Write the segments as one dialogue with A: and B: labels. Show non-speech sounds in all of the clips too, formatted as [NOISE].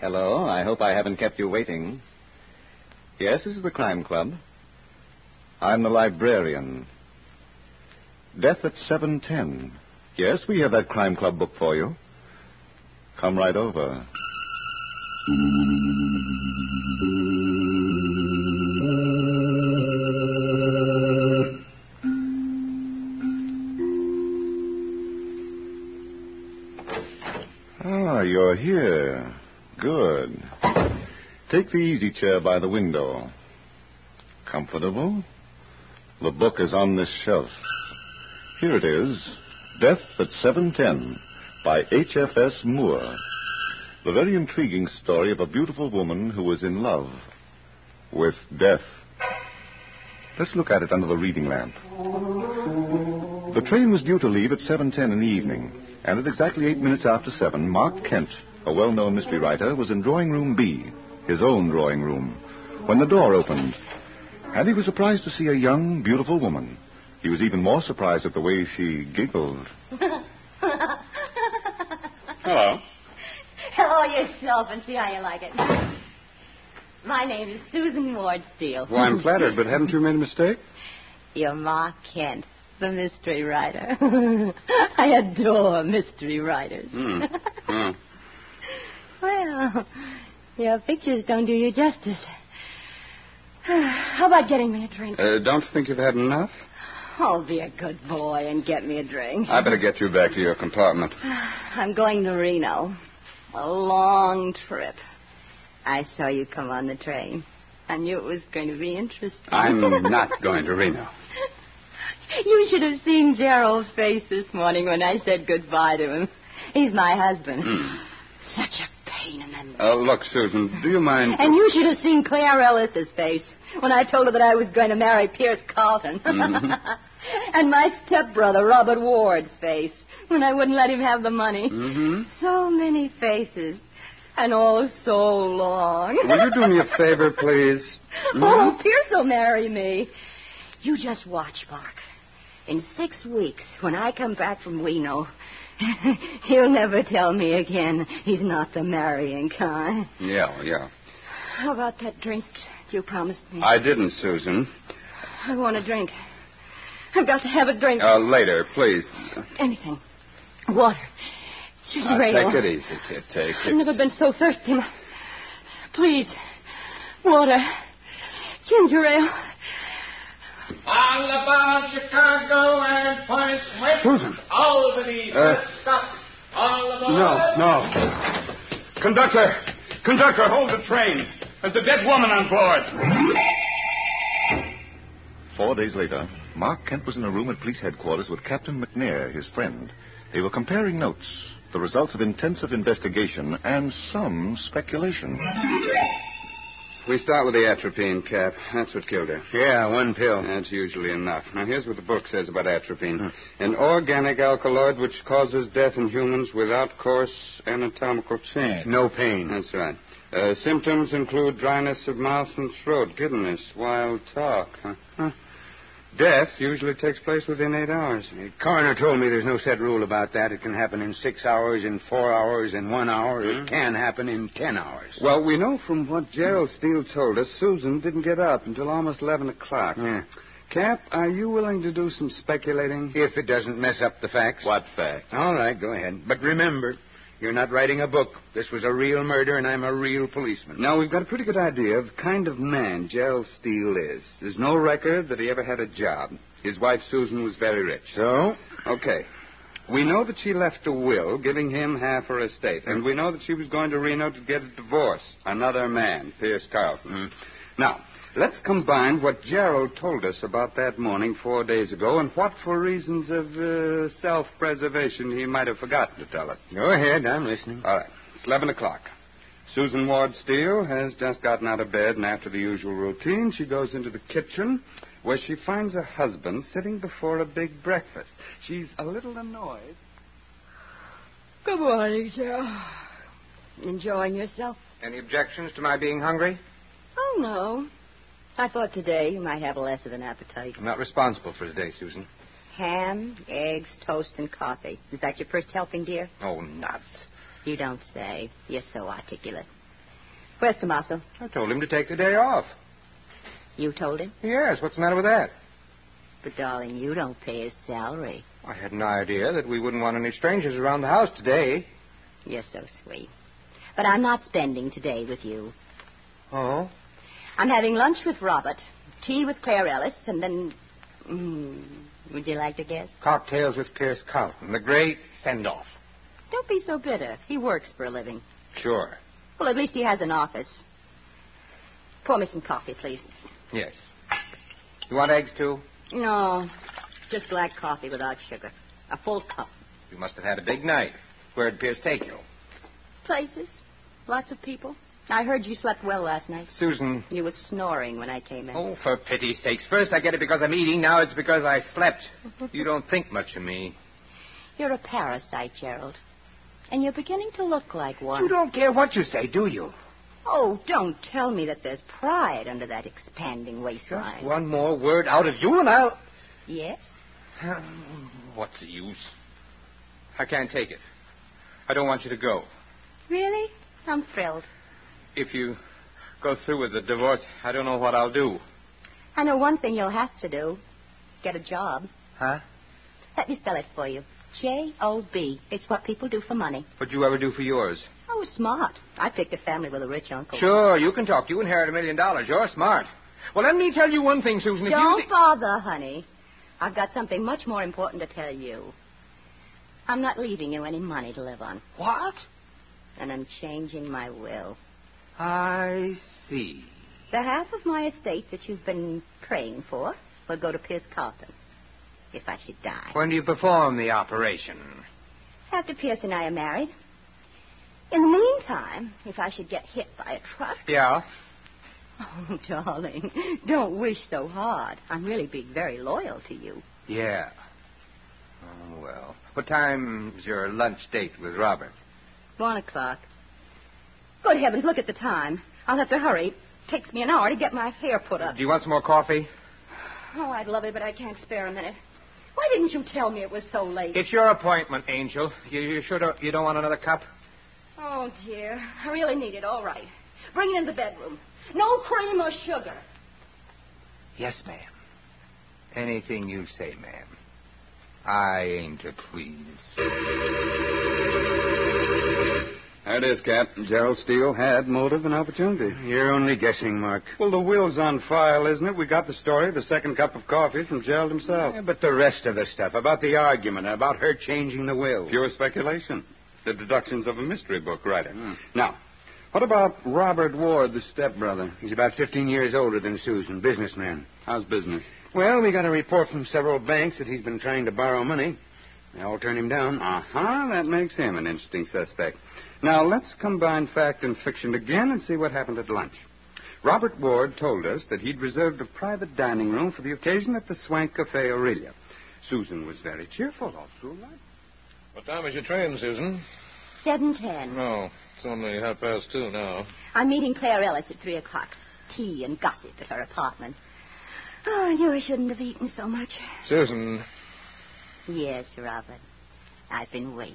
A: Hello. I hope I haven't kept you waiting. Yes, this is the Crime Club. I'm the librarian. Death at 7:10. Yes, we have that Crime Club book for you. Come right over. Ah, you're here. Good. Take the easy chair by the window. Comfortable? The book is on this shelf. Here it is Death at 710 by H.F.S. Moore. The very intriguing story of a beautiful woman who was in love with death. Let's look at it under the reading lamp. The train was due to leave at 7.10 in the evening, and at exactly eight minutes after seven, Mark Kent, a well-known mystery writer, was in drawing room B, his own drawing room, when the door opened. And he was surprised to see a young, beautiful woman. He was even more surprised at the way she giggled.
B: Hello.
C: Hello yourself and see how you like it. My name is Susan Ward Steele.
B: Well, I'm flattered, but haven't you made a mistake?
C: You're Ma Kent, the mystery writer. [LAUGHS] I adore mystery writers. [LAUGHS]
B: Hmm. Hmm.
C: Well, your pictures don't do you justice. [SIGHS] How about getting me a drink?
B: Uh, don't you think you've had enough?
C: Oh, be a good boy and get me a drink.
B: I better get you back to your compartment.
C: [SIGHS] I'm going to Reno. A long trip. I saw you come on the train. I knew it was going to be interesting. [LAUGHS]
B: [LAUGHS] I'm not going to Reno.
C: You should have seen Gerald's face this morning when I said goodbye to him. He's my husband.
B: Hmm.
C: Such a pain in the neck.
B: Uh, look, Susan, do you mind?
C: And you should have seen Claire Ellis's face when I told her that I was going to marry Pierce Carlton.
B: Mm-hmm.
C: [LAUGHS] and my stepbrother, Robert Ward's face, when I wouldn't let him have the money.
B: Mhm.
C: So many faces. And all so long.
B: Will you do me a favor, please?
C: [LAUGHS]
B: Hmm?
C: Oh, Pierce will marry me. You just watch, Mark. In six weeks, when I come back from Reno, [LAUGHS] he'll never tell me again he's not the marrying kind.
B: Yeah, yeah.
C: How about that drink you promised me?
B: I didn't, Susan.
C: I want a drink. I've got to have a drink.
B: Uh, later, please.
C: Anything. Water. Just
B: Uh,
C: a regular.
B: take it easy, kid. Take
C: I've
B: it.
C: never been so thirsty. Please. Water. Ginger ale.
D: All about Chicago and points west.
B: Susan.
D: All over the
B: Uh,
D: West stop. All aboard.
B: No, no. Conductor, conductor, hold the train. There's a dead woman on board.
A: Four days later, Mark Kent was in a room at police headquarters with Captain McNair, his friend. They were comparing notes, the results of intensive investigation, and some speculation.
B: We start with the atropine cap. That's what killed her.
E: Yeah, one pill.
B: That's usually enough. Now, here's what the book says about atropine an organic alkaloid which causes death in humans without coarse anatomical change.
E: No pain.
B: That's right. Uh, symptoms include dryness of mouth and throat, giddiness, wild talk. Huh. Huh. Death usually takes place within eight hours.
E: The coroner told me there's no set rule about that. It can happen in six hours, in four hours, in one hour. It can happen in ten hours.
B: Hmm. Well, we know from what Gerald Steele told us, Susan didn't get up until almost 11 o'clock.
E: Yeah.
B: Cap, are you willing to do some speculating?
E: If it doesn't mess up the facts.
B: What fact?
E: All right, go ahead. But remember, you're not writing a book. This was a real murder, and I'm a real policeman.
B: Now, we've got a pretty good idea of the kind of man Gerald Steele is. There's no record that he ever had a job. His wife, Susan, was very rich.
E: So?
B: Okay. We know that she left a will giving him half her estate, and we know that she was going to Reno to get a divorce. Another man, Pierce Carlton.
E: Hmm.
B: Now, let's combine what Gerald told us about that morning four days ago and what, for reasons of uh, self preservation, he might have forgotten to tell us.
E: Go ahead, I'm listening.
B: All right. It's 11 o'clock. Susan Ward Steele has just gotten out of bed, and after the usual routine, she goes into the kitchen where she finds her husband sitting before a big breakfast. She's a little annoyed.
C: Good morning, Gerald. Enjoying yourself?
E: Any objections to my being hungry?
C: Oh, no. I thought today you might have less of an appetite.
E: I'm not responsible for today, Susan.
C: Ham, eggs, toast, and coffee. Is that your first helping, dear?
E: Oh, nuts.
C: You don't say. You're so articulate. Where's Tommaso?
B: I told him to take the day off.
C: You told him?
B: Yes, what's the matter with that?
C: But, darling, you don't pay his salary.
B: I had an idea that we wouldn't want any strangers around the house today.
C: You're so sweet. But I'm not spending today with you.
B: Oh?
C: I'm having lunch with Robert, tea with Claire Ellis, and then. Mm, would you like to guess?
B: Cocktails with Pierce Carlton, the great send off.
C: Don't be so bitter. He works for a living.
B: Sure.
C: Well, at least he has an office. Pour me some coffee, please.
B: Yes. You want eggs, too?
C: No, just black coffee without sugar. A full cup.
B: You must have had a big night. Where'd Pierce take you?
C: Places, lots of people. I heard you slept well last night.
B: Susan.
C: You were snoring when I came in.
B: Oh, for pity's sakes. First I get it because I'm eating, now it's because I [LAUGHS] slept. you don't think much of me.
C: You're a parasite, Gerald. And you're beginning to look like one.
B: You don't care what you say, do you?
C: Oh, don't tell me that there's pride under that expanding waistline.
B: Just one more word out of you and [SIGHS] I'll.
C: Yes?
B: What's the use? I can't take it. I don't want you to go.
C: Really? I'm thrilled.
B: If you go through with the divorce, I don't know what I'll do.
C: I know one thing you'll have to do get a job.
B: Huh?
C: Let me spell it for you J O B. It's what people do for money.
B: What'd you ever do for yours?
C: Oh, smart. I picked a family with a rich uncle.
B: Sure, you can talk. You inherit a million dollars. You're smart. Well, let me tell you one thing, Susan. If
C: Don't
B: you. thi-
C: bother, honey. I've got something much more important to tell you. I'm not leaving you any money to live on,
B: What?
C: and I'm changing my will.
B: I see.
C: The half of my estate that you've been praying for will go to Pierce Carlton. If I should die.
B: When do you perform the operation?
C: After Pierce and I are married. In the meantime, if I should get hit by a truck.
B: Yeah.
C: [LAUGHS] Oh, darling, don't wish so hard. I'm really being very loyal to you.
B: Yeah. Oh, well. What time's your lunch date with Robert?
C: One o'clock. Good heavens, look at the time. I'll have to hurry. takes me an hour to get my hair put up.
B: Do you want some more coffee?
C: Oh, I'd love it, but I can't spare a minute. Why didn't you tell me it was so late?
B: It's your appointment, Angel. You, you sure don't, you don't want another cup?
C: Oh, dear. I really need it. All right. Bring it in the bedroom. No cream or sugar.
B: Yes, ma'am. Anything you say, ma'am. I aim to please.
E: There it is, Cap. Gerald Steele had motive and opportunity. You're only guessing, Mark.
B: Well, the will's on file, isn't it? We got the story, the second cup of coffee from Gerald himself.
E: Yeah, but the rest of the stuff about the argument, about her changing the will.
B: Pure speculation. The deductions of a mystery book writer.
E: Now,
B: What about Robert Ward, the stepbrother?
E: he's about 15 years older than Susan, businessman.
B: How's business?
E: Well, we got a report from several banks that he's been trying to borrow money. They all turned him down.
B: Uh huh. That makes him an interesting suspect. Now, let's combine fact and fiction again and see what happened at lunch. Robert Ward told us that he'd reserved a private dining room for the occasion at the Swank Cafe Aurelia. Susan was very cheerful all through lunch.
F: What time is your train, Susan?
C: Seven ten.
F: No, it's only half past two now.
C: I'm meeting Claire Ellis at three o'clock. Tea and gossip at her apartment. Oh, I knew I shouldn't have eaten so much.
F: Susan,
C: Yes, Robert. I've been waiting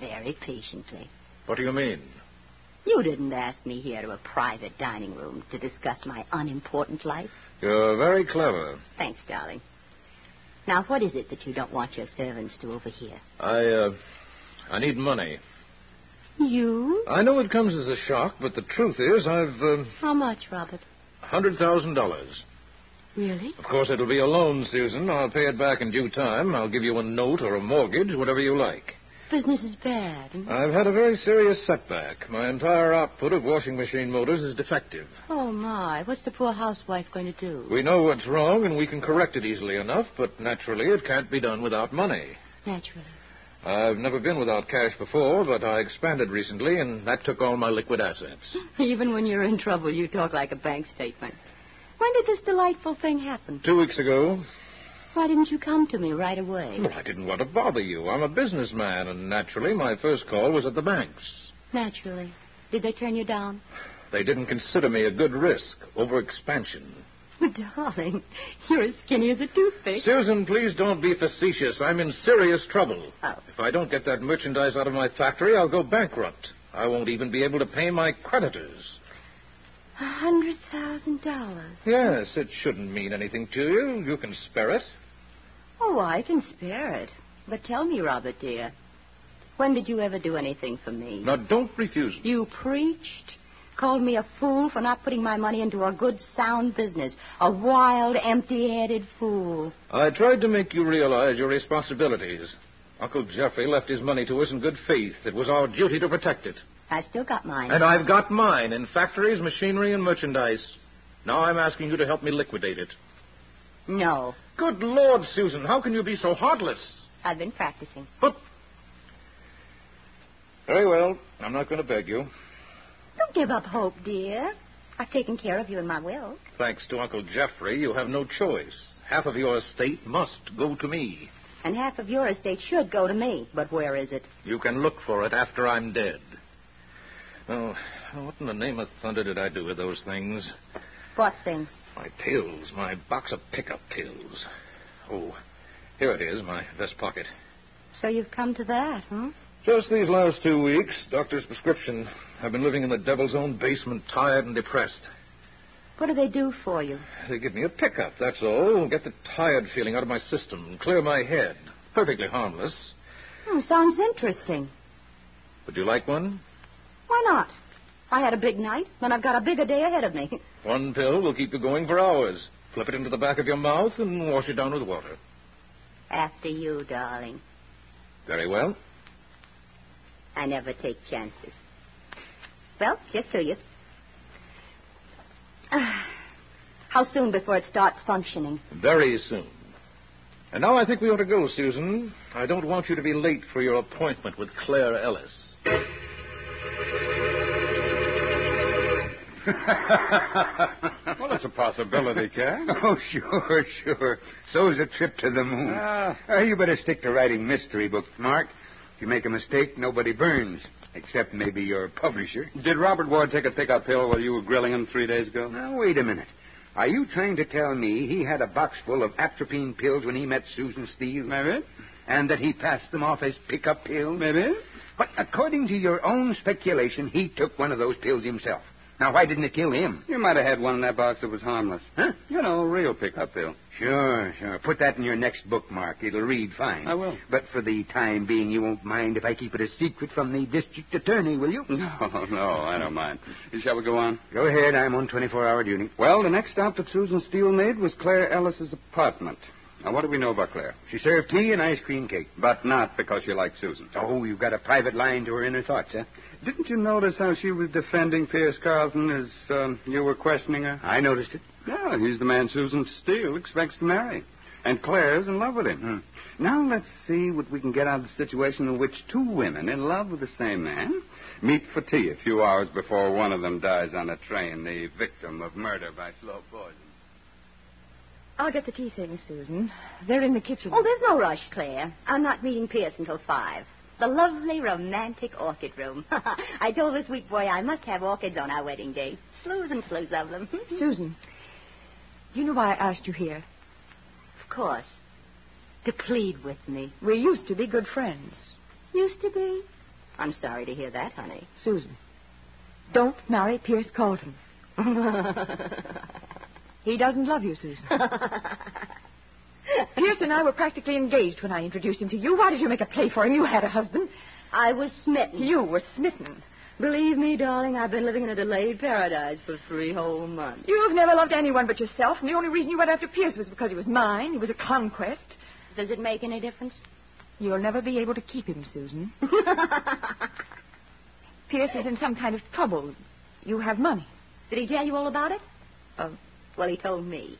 C: very patiently.
F: what do you mean?
C: You didn't ask me here to a private dining room to discuss my unimportant life.
F: You're very clever.
C: Thanks, darling. Now, what is it that you don't want your servants to overhear?
F: I, uh, I need money.
C: You?
F: I know it comes as a shock, but the truth is I've, um,
C: How much, Robert?
F: $100,000.
C: Really?
F: Of course, it'll be a loan, Susan. I'll pay it back in due time. I'll give you a note or a mortgage, whatever you like.
C: Business is bad. hmm?
F: I've had a very serious setback. My entire output of washing machine motors is defective.
C: Oh, my. What's the poor housewife going to do?
F: We know what's wrong, and we can correct it easily enough, but naturally, it can't be done without money.
C: Naturally.
F: I've never been without cash before, but I expanded recently, and that took all my liquid assets.
C: [LAUGHS] Even when you're in trouble, you talk like a bank statement. When did this delightful thing happen?
F: Two weeks ago,
C: Why didn't you come to me right away?
F: well, I didn't want to bother you. I'm a businessman, and naturally, my first call was at the banks.
C: Naturally. Did they turn you down? [LAUGHS]
F: They didn't consider me a good risk, overexpansion.
C: Darling, you're as skinny as a toothpick.
F: Susan, please don't be facetious. I'm in serious trouble.
C: Oh.
F: If I don't get that merchandise out of my factory, I'll go bankrupt. I won't even be able to pay my creditors.
C: A hundred thousand dollars.
F: Yes, it shouldn't mean anything to you. You can spare it.
C: Oh, I can spare it. But tell me, Robert, dear, when did you ever do anything for me?
F: Now, don't refuse me.
C: You preached. Called me a fool for not putting my money into a good, sound business. A wild, empty headed fool.
F: I tried to make you realize your responsibilities. Uncle Jeffrey left his money to us in good faith. It was our duty to protect it.
C: I still got mine.
F: And I've got mine in factories, machinery, and merchandise. Now I'm asking you to help me liquidate it.
C: No,
F: Good Lord, Susan, how can you be so heartless?
C: I've been practicing.
F: But. Very well. I'm not going to beg you.
C: Don't give up hope, dear. I've taken care of you in my will.
F: Thanks to Uncle Jeffrey, you have no choice. Half of your estate must go to me.
C: And half of your estate should go to me. But where is it?
F: You can look for it after I'm dead. Oh, what in the name of thunder did I do with those things?
C: What things?
F: My pills, my box of pickup pills. Oh, here it is, my vest pocket.
C: So you've come to that, hmm? huh?
F: Just these last two weeks, doctor's prescription. I've been living in the devil's own basement, tired and depressed.
C: What do they do for you?
F: They give me a pickup, that's all. Get the tired feeling out of my system, and clear my head. Perfectly harmless.
C: Hmm, sounds interesting.
F: Would you like one?
C: Why not? I had a big night, and I've got a bigger day ahead of me. [LAUGHS]
F: One pill will keep you going for hours. Flip it into the back of your mouth and wash it down with water.
C: After you, darling.
F: Very well.
C: I never take chances. Well, here's to you. Ah, how soon before it starts functioning?
F: Very soon. And now I think we ought to go, Susan. I don't want you to be late for your appointment with Claire Ellis.
E: well, it's a possibility, Ken. Oh, sure, sure. So's a trip to the moon. Uh, you better stick to writing mystery books, Mark. If you make a mistake, nobody burns, except maybe your publisher.
B: Did Robert Ward take a pickup pill while you were grilling him three days ago?
E: Now, wait a minute. Are you trying to tell me he had a box full of atropine pills when he met Susan Steele?
B: Maybe.
E: And that he passed them off as pickup pills?
B: Maybe.
E: But according to your own speculation, he took one of those pills himself. Now, why didn't it kill him?
B: You might have had one in that box that was harmless.
E: Huh?
B: You know, a real pickup pill.
E: Sure, sure. Put that in your next bookmark. It'll read fine.
B: I will.
E: But for the time being, you won't mind if I keep it a secret from the district attorney, will you?
B: [LAUGHS] No, no, I don't mind. Shall we go on?
E: Go ahead. I'm on 24 hour duty.
B: Well, the next stop that Susan Steele made was Claire Ellis's apartment. Now, what do we know about Claire?
E: She served tea and ice cream cake.
B: But not because she liked Susan.
E: Oh, you've got a private line to her inner thoughts, huh?
B: Didn't you notice how she was defending Pierce Carlton as um, you were questioning her?
E: I noticed it.
B: Yeah, he's the man Susan Steele expects to marry. And Claire's in love with him. Now let's see what we can get out of the situation in which two women in love with the same man meet for tea a few hours before one of them dies on a train, the victim of murder by slow poison.
G: I'll get the tea things, Susan. They're in the kitchen.
C: Oh, there's no rush, Claire. I'm not meeting Pierce until five. The lovely, romantic orchid room. [LAUGHS] I told this weak boy I must have orchids on our wedding day. Slews and slews of them. [LAUGHS]
G: Susan, you know why I asked you here.
C: of course. To plead with me.
G: We used to be good friends.
C: Used to be. I'm sorry to hear that, honey.
G: Susan, don't marry Pierce Carlton.
H: Oh,
G: He doesn't love you, Susan. Pierce and I were practically engaged when I introduced him to you. Why did you make a play for him? You had a husband.
C: I was smitten.
G: You were smitten.
C: Believe me, darling, I've been living in a delayed paradise for three whole months.
G: You've never loved anyone but yourself, and the only reason you went after Pierce was because he was mine. He was a conquest.
C: Does it make any difference?
G: You'll never be able to keep him,
C: [LAUGHS]
G: Susan. Pierce is in some kind of trouble. You have money.
C: Did he tell you all about it?
G: Oh.
C: Well, he told me.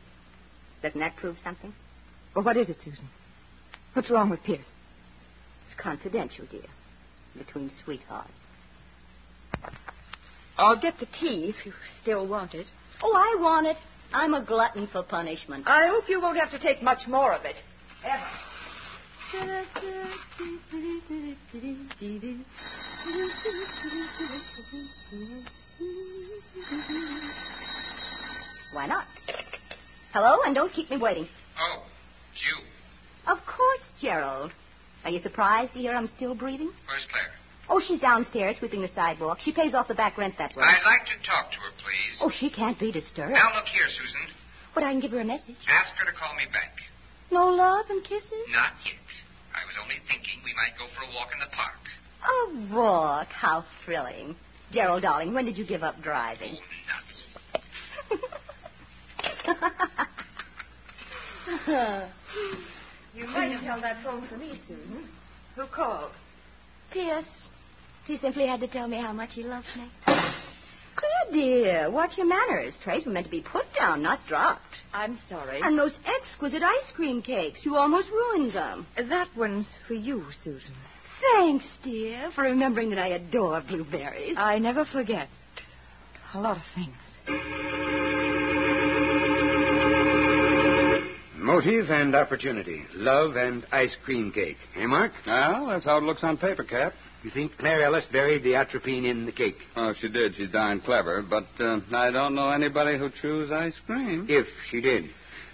C: Doesn't that prove something?
G: Well, what is it, Susan? What's wrong with Pierce?
C: It's confidential, dear. Between sweethearts.
G: I'll get the tea if you still want it.
C: Oh, I want it. I'm a glutton for punishment.
G: I hope you won't have to take much more of it. Ever.
C: Why not? Hello, and don't keep me waiting.
D: Oh, it's you.
C: Of course, Gerald. Are you surprised to hear I'm still breathing?
D: Where's Claire?
C: Oh, she's downstairs sweeping the sidewalk. She pays off the back rent that way.
H: I'd like to talk to her, please.
C: Oh, she can't be disturbed.
H: Now, look here, Susan.
C: But I can give her a message.
H: Ask her to call me back.
C: No love and kisses?
H: Not yet. I was only thinking we might go for a walk in the park.
C: A walk. How thrilling. Gerald, darling, when did you give up driving? [LAUGHS]
H: Oh, nuts.
G: You might have held that phone for me, Susan. Who called?
C: Pierce, he simply had to tell me how much he loves me. Claire, dear, watch your manners. Trays were meant to be put down, not dropped.
G: I'm sorry.
C: And those exquisite ice cream cakes, you almost ruined them.
G: that one's for you, Susan.
C: Thanks, dear, for remembering that I adore blueberries.
G: I never forget a lot of things.
E: Motive and opportunity. Love and ice cream cake. Hey, Mark?
B: Well, that's how it looks on paper, Cap.
E: You think Claire Ellis buried the atropine in the cake?
B: Oh, she did. She's darn clever. But uh, I don't know anybody who chews ice cream.
E: If she did.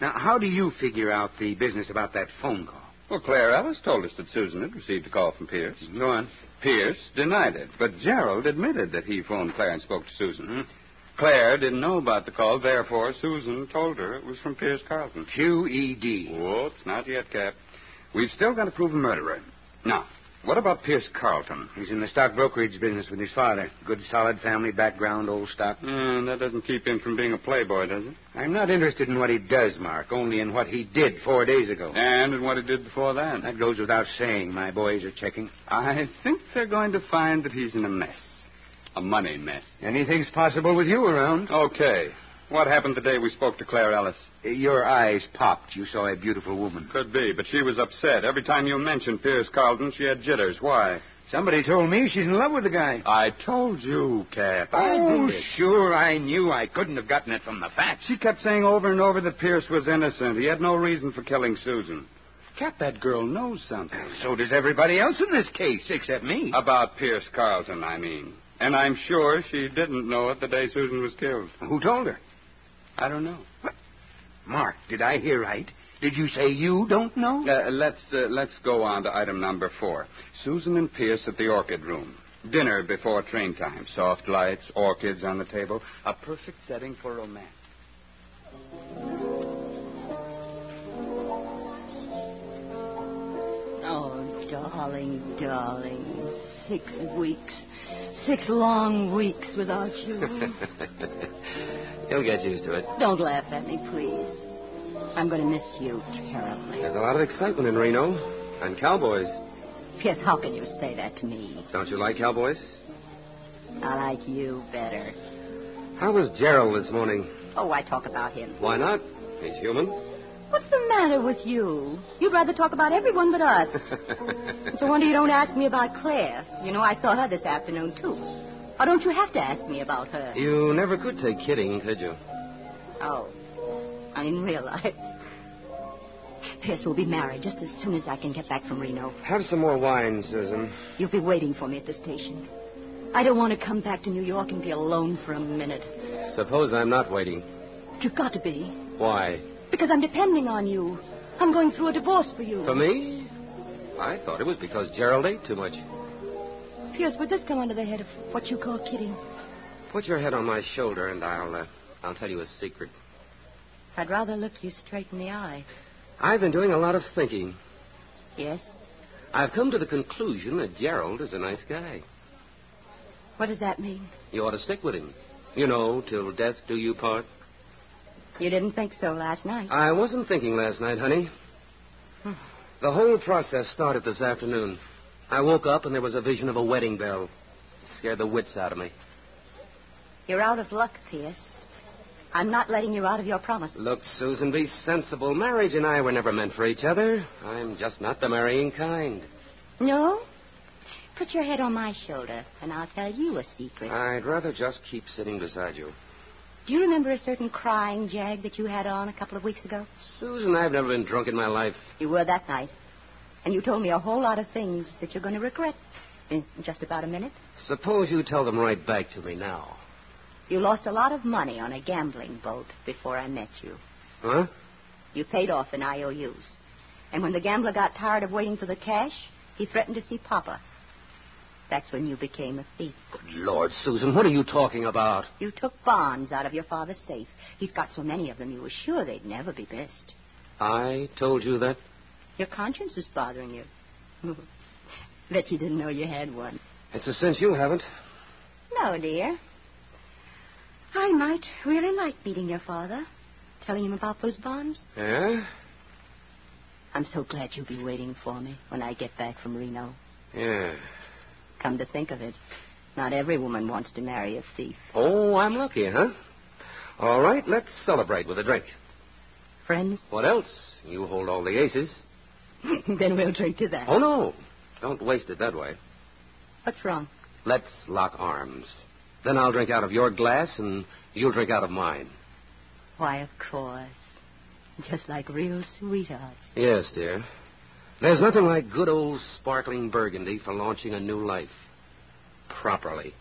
E: Now, how do you figure out the business about that phone call?
B: Well, Claire Ellis told us that Susan had received a call from Pierce.
E: Go on.
B: Pierce denied it, but Gerald admitted that he phoned Claire and spoke to Susan.
E: Hmm?
B: Claire didn't know about the call, therefore Susan told her it was from Pierce Carlton.
E: E QED.
B: Whoops, not yet, Cap. We've still got to prove a murderer. Now, what about Pierce Carlton?
E: He's in the stock brokerage business with his father. Good, solid family background, old stock.
B: Hmm, that doesn't keep him from being a playboy, does it?
E: I'm not interested in what he does, Mark, only in what he did four days ago.
B: And in what he did before that.
E: That goes without saying. My boys are checking.
B: I think they're going to find that he's in a mess. A money mess.
E: Anything's possible with you around.
B: Okay. What happened the day we spoke to Claire Ellis?
E: Your eyes popped. You saw a beautiful woman.
B: Could be, but she was upset. Every time you mentioned Pierce Carlton, she had jitters. Why?
E: Somebody told me she's in love with the guy.
B: I told you, Cap.
E: Oh, sure, I knew. I couldn't have gotten it from the facts.
B: She kept saying over and over that Pierce was innocent. He had no reason for killing Susan. Cap, that girl knows something.
E: So does everybody else in this case, except me.
B: About Pierce Carlton, I mean. And I'm sure she didn't know it the day Susan was killed.
E: Who told her?
B: I don't know.
E: Mark, did I hear right? Did you say you don't know?
B: Uh, let's uh, let's go on to item number four. Susan and Pierce at the orchid room. Dinner before train time. Soft lights, orchids on the table. A perfect setting for romance.
I: [LAUGHS]
C: Oh, darling, darling. Six weeks. Six long weeks without
B: [LAUGHS]
C: you.
I: You'll get used to it.
C: Don't laugh at me, please. I'm going to miss you terribly.
I: There's a lot of excitement in Reno. And cowboys.
C: Pierce, how can you say that to me?
I: Don't you like cowboys?
C: I like you better.
I: How was Gerald this morning?
C: Oh, I talk about him.
I: Why not? He's human. [LAUGHS]
C: What's the matter with you? You'd rather talk about everyone but us. it's a wonder you don't ask me about Claire. You know, I saw her this afternoon, too. Or don't you have to ask me about her?
I: You never could take kidding, could you?
C: Oh, I didn't realize. Pierce will be married just as soon as I can get back from Reno.
I: Have some more wine, Susan.
C: You'll be waiting for me at the station. I don't want to come back to New York and be alone for a minute.
I: Suppose I'm not waiting.
C: But you've got to be,
I: Why?
C: because I'm depending on you. I'm going through a divorce for you.
I: For me? I thought it was because Gerald ate too much.
C: Pierce, would this come under the head of what you call kidding?
I: Put your head on my shoulder, and I'll uh, I'll tell you a secret.
C: I'd rather look you straight in the eye.
I: I've been doing a lot of thinking.
C: Yes?
I: I've come to the conclusion that Gerald is a nice guy.
C: What does that mean?
I: You ought to stick with him. You know, till death do you part.
C: You didn't think so last night.
I: I wasn't thinking last night, honey. [SIGHS] The whole process started this afternoon. I woke up and there was a vision of a wedding bell. Scared the wits out of me.
C: You're out of luck, Pierce. I'm not letting you out of your promise.
I: Look, Susan, be sensible. Marriage and I were never meant for each other. I'm just not the marrying kind.
C: No? Put your head on my shoulder, and I'll tell you a secret.
I: I'd rather just keep sitting beside you.
C: Do you remember a certain crying jag that you had on a couple of weeks ago?
I: Susan, I've never been drunk in my life.
C: You were that night. And you told me a whole lot of things that you're going to regret in just about a minute.
I: Suppose you tell them right back to me now.
C: You lost a lot of money on a gambling boat before I met you.
I: Huh?
C: You paid off in IOUs. And when the gambler got tired of waiting for the cash, he threatened to see Papa. That's when you became a thief.
I: Good Lord, Susan, what are you talking about?
C: You took bonds out of your father's safe. He's got so many of them, you were sure they'd never be missed.
I: I told you that.
C: Your conscience was bothering you. [LAUGHS] Bet you didn't know you had one.
I: It's a sense you haven't.
C: No, dear. I might really like meeting your father, telling him about those bonds.
I: Yeah?
C: I'm so glad you'll be waiting for me when I get back from Reno.
I: Yeah.
C: Come to think of it, not every woman wants to marry a thief.
I: Oh, I'm lucky, huh? All right, let's celebrate with a drink.
C: Friends? [LAUGHS]
I: What else? You hold all the aces.
C: then we'll drink to that.
I: Oh, no. Don't waste it that way.
C: What's wrong?
I: Let's lock arms. Then I'll drink out of your glass, and you'll drink out of mine.
C: Why, of course. Just like real sweethearts.
I: Yes, dear. There's nothing like good old sparkling burgundy for launching a new life. Properly.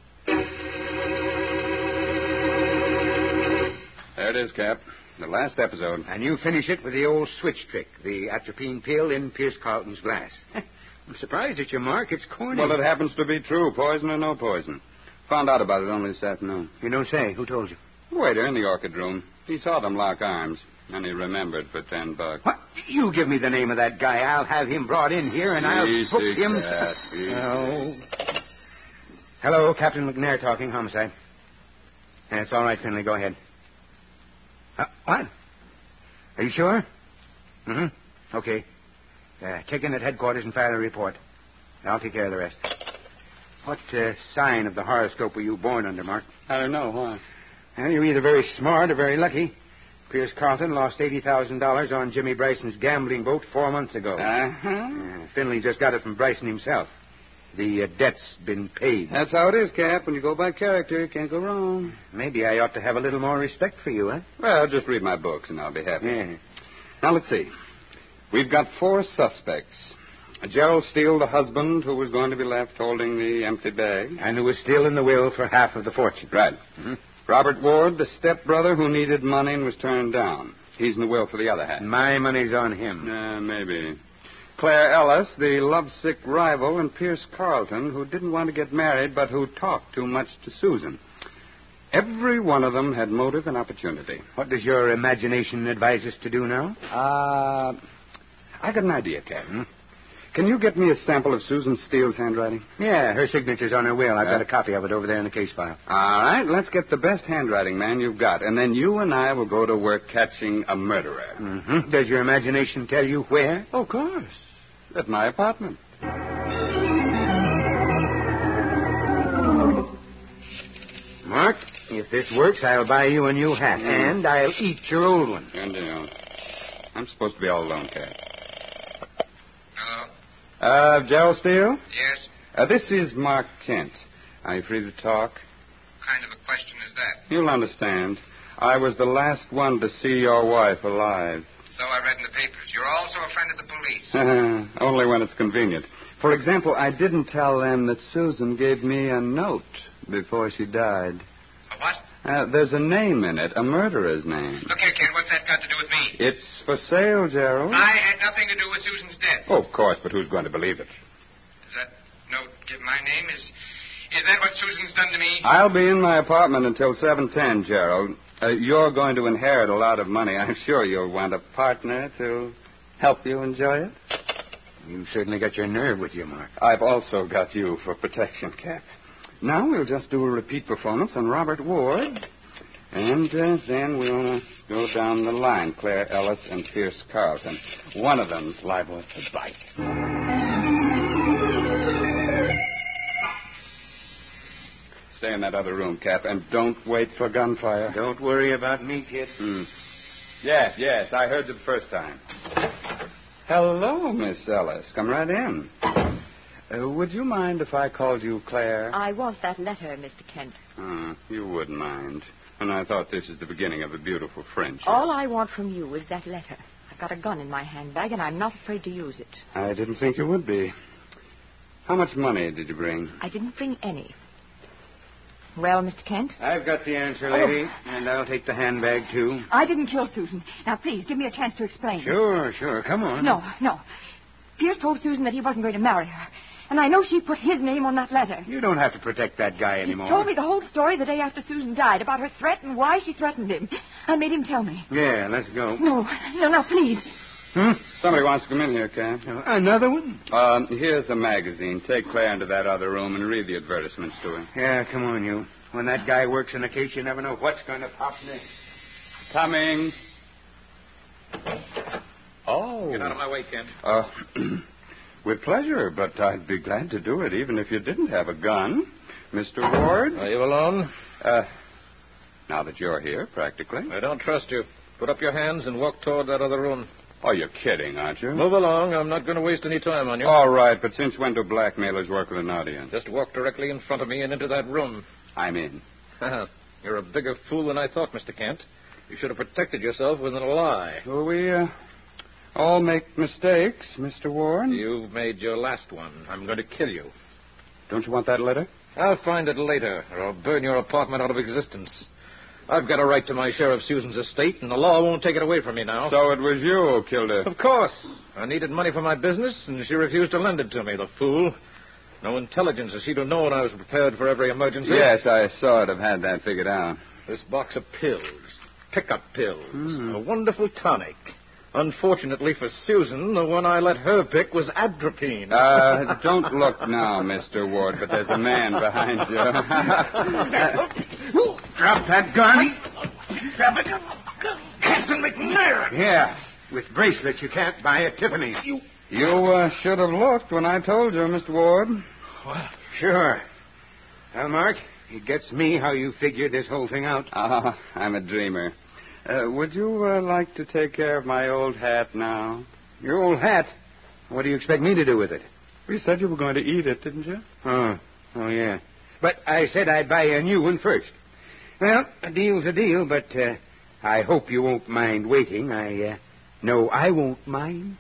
B: There it is, Cap. The last episode.
E: And you finish it with the old switch trick, the atropine pill in Pierce Carlton's glass. [LAUGHS] I'm surprised at you, Mark. It's corny.
B: Well, it happens to be true, poison or no poison. Found out about it only this afternoon.
E: You don't say. Who told you?
B: Waiter in the orchid room. He saw them lock arms, and he remembered for ten bucks.
E: What? You give me the name of that guy. I'll have him brought in here, and I'll
B: Easy,
E: hook him.
B: Cat, easy.
E: [LAUGHS] Oh. Hello, Captain McNair talking, homicide. Yeah, it's all right, Finley. Go ahead. Uh, what? Are you sure? Mm-hmm. Okay. Uh, check in at headquarters and file a report. I'll take care of the rest. What uh, sign of the horoscope were you born under, Mark?
B: I don't know why.
E: Well, you're either very smart or very lucky. Pierce Carlton lost $80,000 on Jimmy Bryson's gambling boat four months ago.
B: Uh-huh.
E: Uh, Finley just got it from Bryson himself. The uh, debt's been paid.
B: That's how it is, Cap. When you go by character, you can't go wrong.
E: Maybe I ought to have a little more respect for you, huh?
B: Well, just read my books, and I'll be happy.
E: Yeah.
B: Now, let's see. We've got four suspects. Gerald Steele, the husband, who was going to be left holding the empty bag.
E: And who was still in the will for half of the fortune. Mm-hmm.
B: Right. Robert Ward, the stepbrother who needed money and was turned down. He's in the will for the other half.
E: My money's on him.
B: Uh, maybe. Claire Ellis, the lovesick rival, and Pierce Carlton, who didn't want to get married but who talked too much to Susan. Every one of them had motive and opportunity.
E: What does your imagination advise us to do now?
B: Uh, I got an idea, Captain. Can you get me a sample of Susan Steele's handwriting?
E: Yeah, her signature's on her will. I've
B: Yeah.
E: got a copy of it over there in the case file.
B: All right, let's get the best handwriting man you've got, and then you and I will go to work catching a murderer.
E: Mm-hmm. Does your imagination tell you where?
B: Of course. At my apartment.
E: Mark, if this works, I'll buy you a new hat, and I'll eat your old one.
B: Mm. And uh, I'm supposed to be all alone, Cat.
H: Hello?
B: Uh, Gerald Steele?
H: Yes?
B: Uh, this is Mark Kent. Are you free to talk?
H: What kind of a question is that?
B: You'll understand. I was the last one to see your wife alive. [LAUGHS]
H: So I read in the papers. You're also a friend of the police.
B: Only when it's convenient. For example, I didn't tell them that Susan gave me a note before she died.
H: A what?
B: Uh, there's a name in it, a murderer's name.
H: Look here, Ken, what's that got to do with me?
B: It's for sale, Gerald.
H: I had nothing to do with Susan's death.
B: Oh, of course, but who's going to believe it?
H: Does that note give my name? Is is that what Susan's done to me?
B: I'll be in my apartment until 7.10, Gerald. Uh, you're going to inherit a lot of money. [LAUGHS] I'm sure you'll want a partner to help you enjoy it.
E: You certainly got your nerve with you, Mark.
B: I've also got you for protection, Cap. Now we'll just do a repeat performance on Robert Ward. And uh, then we'll go down the line Claire Ellis and Pierce Carlton. One of them's liable to bite. Stay in that other room, Cap, and don't wait for gunfire.
E: Don't worry about me, kid.
B: Hmm. Yes, yes, I heard you the first time. Hello, Miss Ellis. Come right in. Uh, would you mind if I called you Claire?
G: I want that letter, Mr. Kent.
B: Oh, you would mind. And I thought this is the beginning of a beautiful friendship.
G: All I want from you is that letter. I've got a gun in my handbag, and I'm not afraid to use it.
B: I didn't think you would be. How much money did you bring?
G: I didn't bring any. Well, Mr. Kent,
E: I've got the
B: Oh.
E: answer, lady, and I'll take the handbag, too.
G: I didn't kill Susan. Now, please, give me a chance to explain.
E: Sure, sure. Come on.
G: No, no. Pierce told Susan that he wasn't going to marry her. And I know she put his name on that letter.
E: You don't have to protect that guy
G: He
E: anymore.
G: told me the whole story the day after Susan died about her threat and why she threatened him. I made him tell me.
E: Yeah, let's go.
G: No, no, no, please.
E: Hmm?
B: Somebody wants to come in here, Ken.
E: Uh, Another one?
B: Um, here's a magazine. Take Claire into that other room and read the advertisements to her.
E: Yeah, come on, you. When that guy works in a case, you never know what's going to pop next.
B: Coming. Oh.
F: Get out of my way, Ken.
B: Uh, [CLEARS THROAT] with pleasure, but I'd be glad to do it, even if you didn't have a gun. Mr. Ward?
F: Are you alone?
B: Uh, now that you're here, practically.
F: I don't trust you. Put up your hands and walk toward that other room.
B: Oh, you're kidding, aren't you?
F: Move along. I'm not going to waste any time on you.
B: All right, but since when do blackmailers work with an audience?
F: Just walk directly in front of me and into that room. [LAUGHS]
B: I'm in.
F: You're a bigger fool than I thought, Mr. Kent. You should have protected yourself with a lie.
B: Will we uh, all make mistakes, Mr. Ward?
F: You've made your last one. I'm going to kill you.
B: Don't you want that letter?
F: I'll find it later, or I'll burn your apartment out of existence. I've got a right to my share of Susan's estate, and the law won't take it away from me now.
B: So it was you who killed her.
F: Of course. I needed money for my business, and she refused to lend it to me, the fool. No intelligence as she'd have known I was prepared for every emergency.
B: Yes, I sort of had that figured out.
F: This box of pills, pickup pills,
J: Hmm.
F: a wonderful tonic. Unfortunately for Susan, the one I let her pick was atropine.
B: Uh, don't look now, Mr. Ward, but there's a man behind
E: [LAUGHS]
B: you.
E: Drop that gun. Drop it. Captain McNair. Yeah. With bracelets, you can't buy at Tiffany's.
B: you uh, should have looked when I told you, Mr. Ward.
E: Well, sure. Well, Mark, it gets me how you figured this whole thing out.
B: Ah, I'm a dreamer. Uh, would you uh, like to take care of my old hat now?
E: Your old hat. What do you expect me to do with it?
B: You said you were going to eat it, didn't you?
E: Oh, oh yeah. But I said I'd buy you a new one first. Well, a deal's a deal, but uh, I hope you won't mind waiting. I uh, no, I won't mind.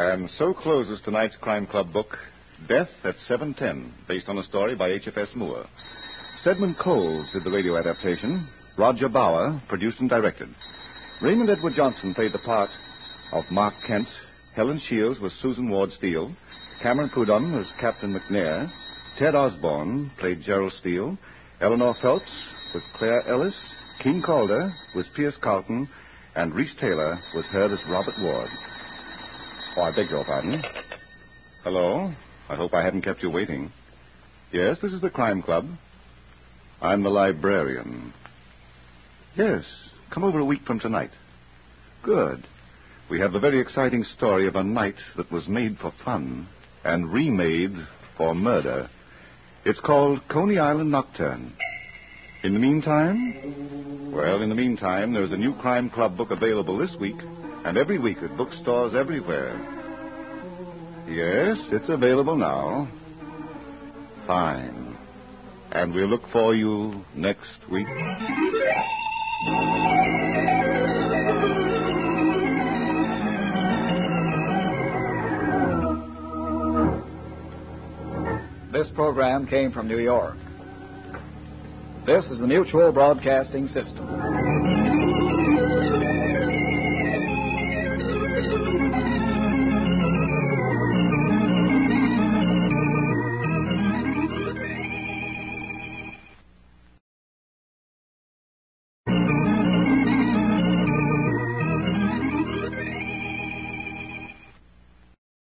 A: And so closes tonight's Crime Club book, Death at 710, based on a story by H.F.S. Moore. Stedman Coles did the radio adaptation. Roger Bauer produced and directed. Raymond Edward Johnson played the part of Mark Kent. Helen Shields was Susan Ward Steele. Cameron Prudhomme was Captain McNair. Ted Osborne played Gerald Steele. Eleanor Phelps was Claire Ellis. King Calder was Pierce Carlton. And Reese Taylor was heard as Robert Ward. Oh, I beg your pardon. Hello? I hope I haven't kept you waiting. Yes, this is the Crime Club. I'm the librarian. Yes, come over a week from tonight. Good. We have the very exciting story of a night that was made for fun and remade for murder. It's called Coney Island Nocturne. In the meantime? Well, in the meantime, there's a new Crime Club book available this week and every week at bookstores everywhere. Yes, it's available now. Fine. And we'll look for you next week.
J: [LAUGHS] This program came from New York. This is the Mutual Broadcasting System.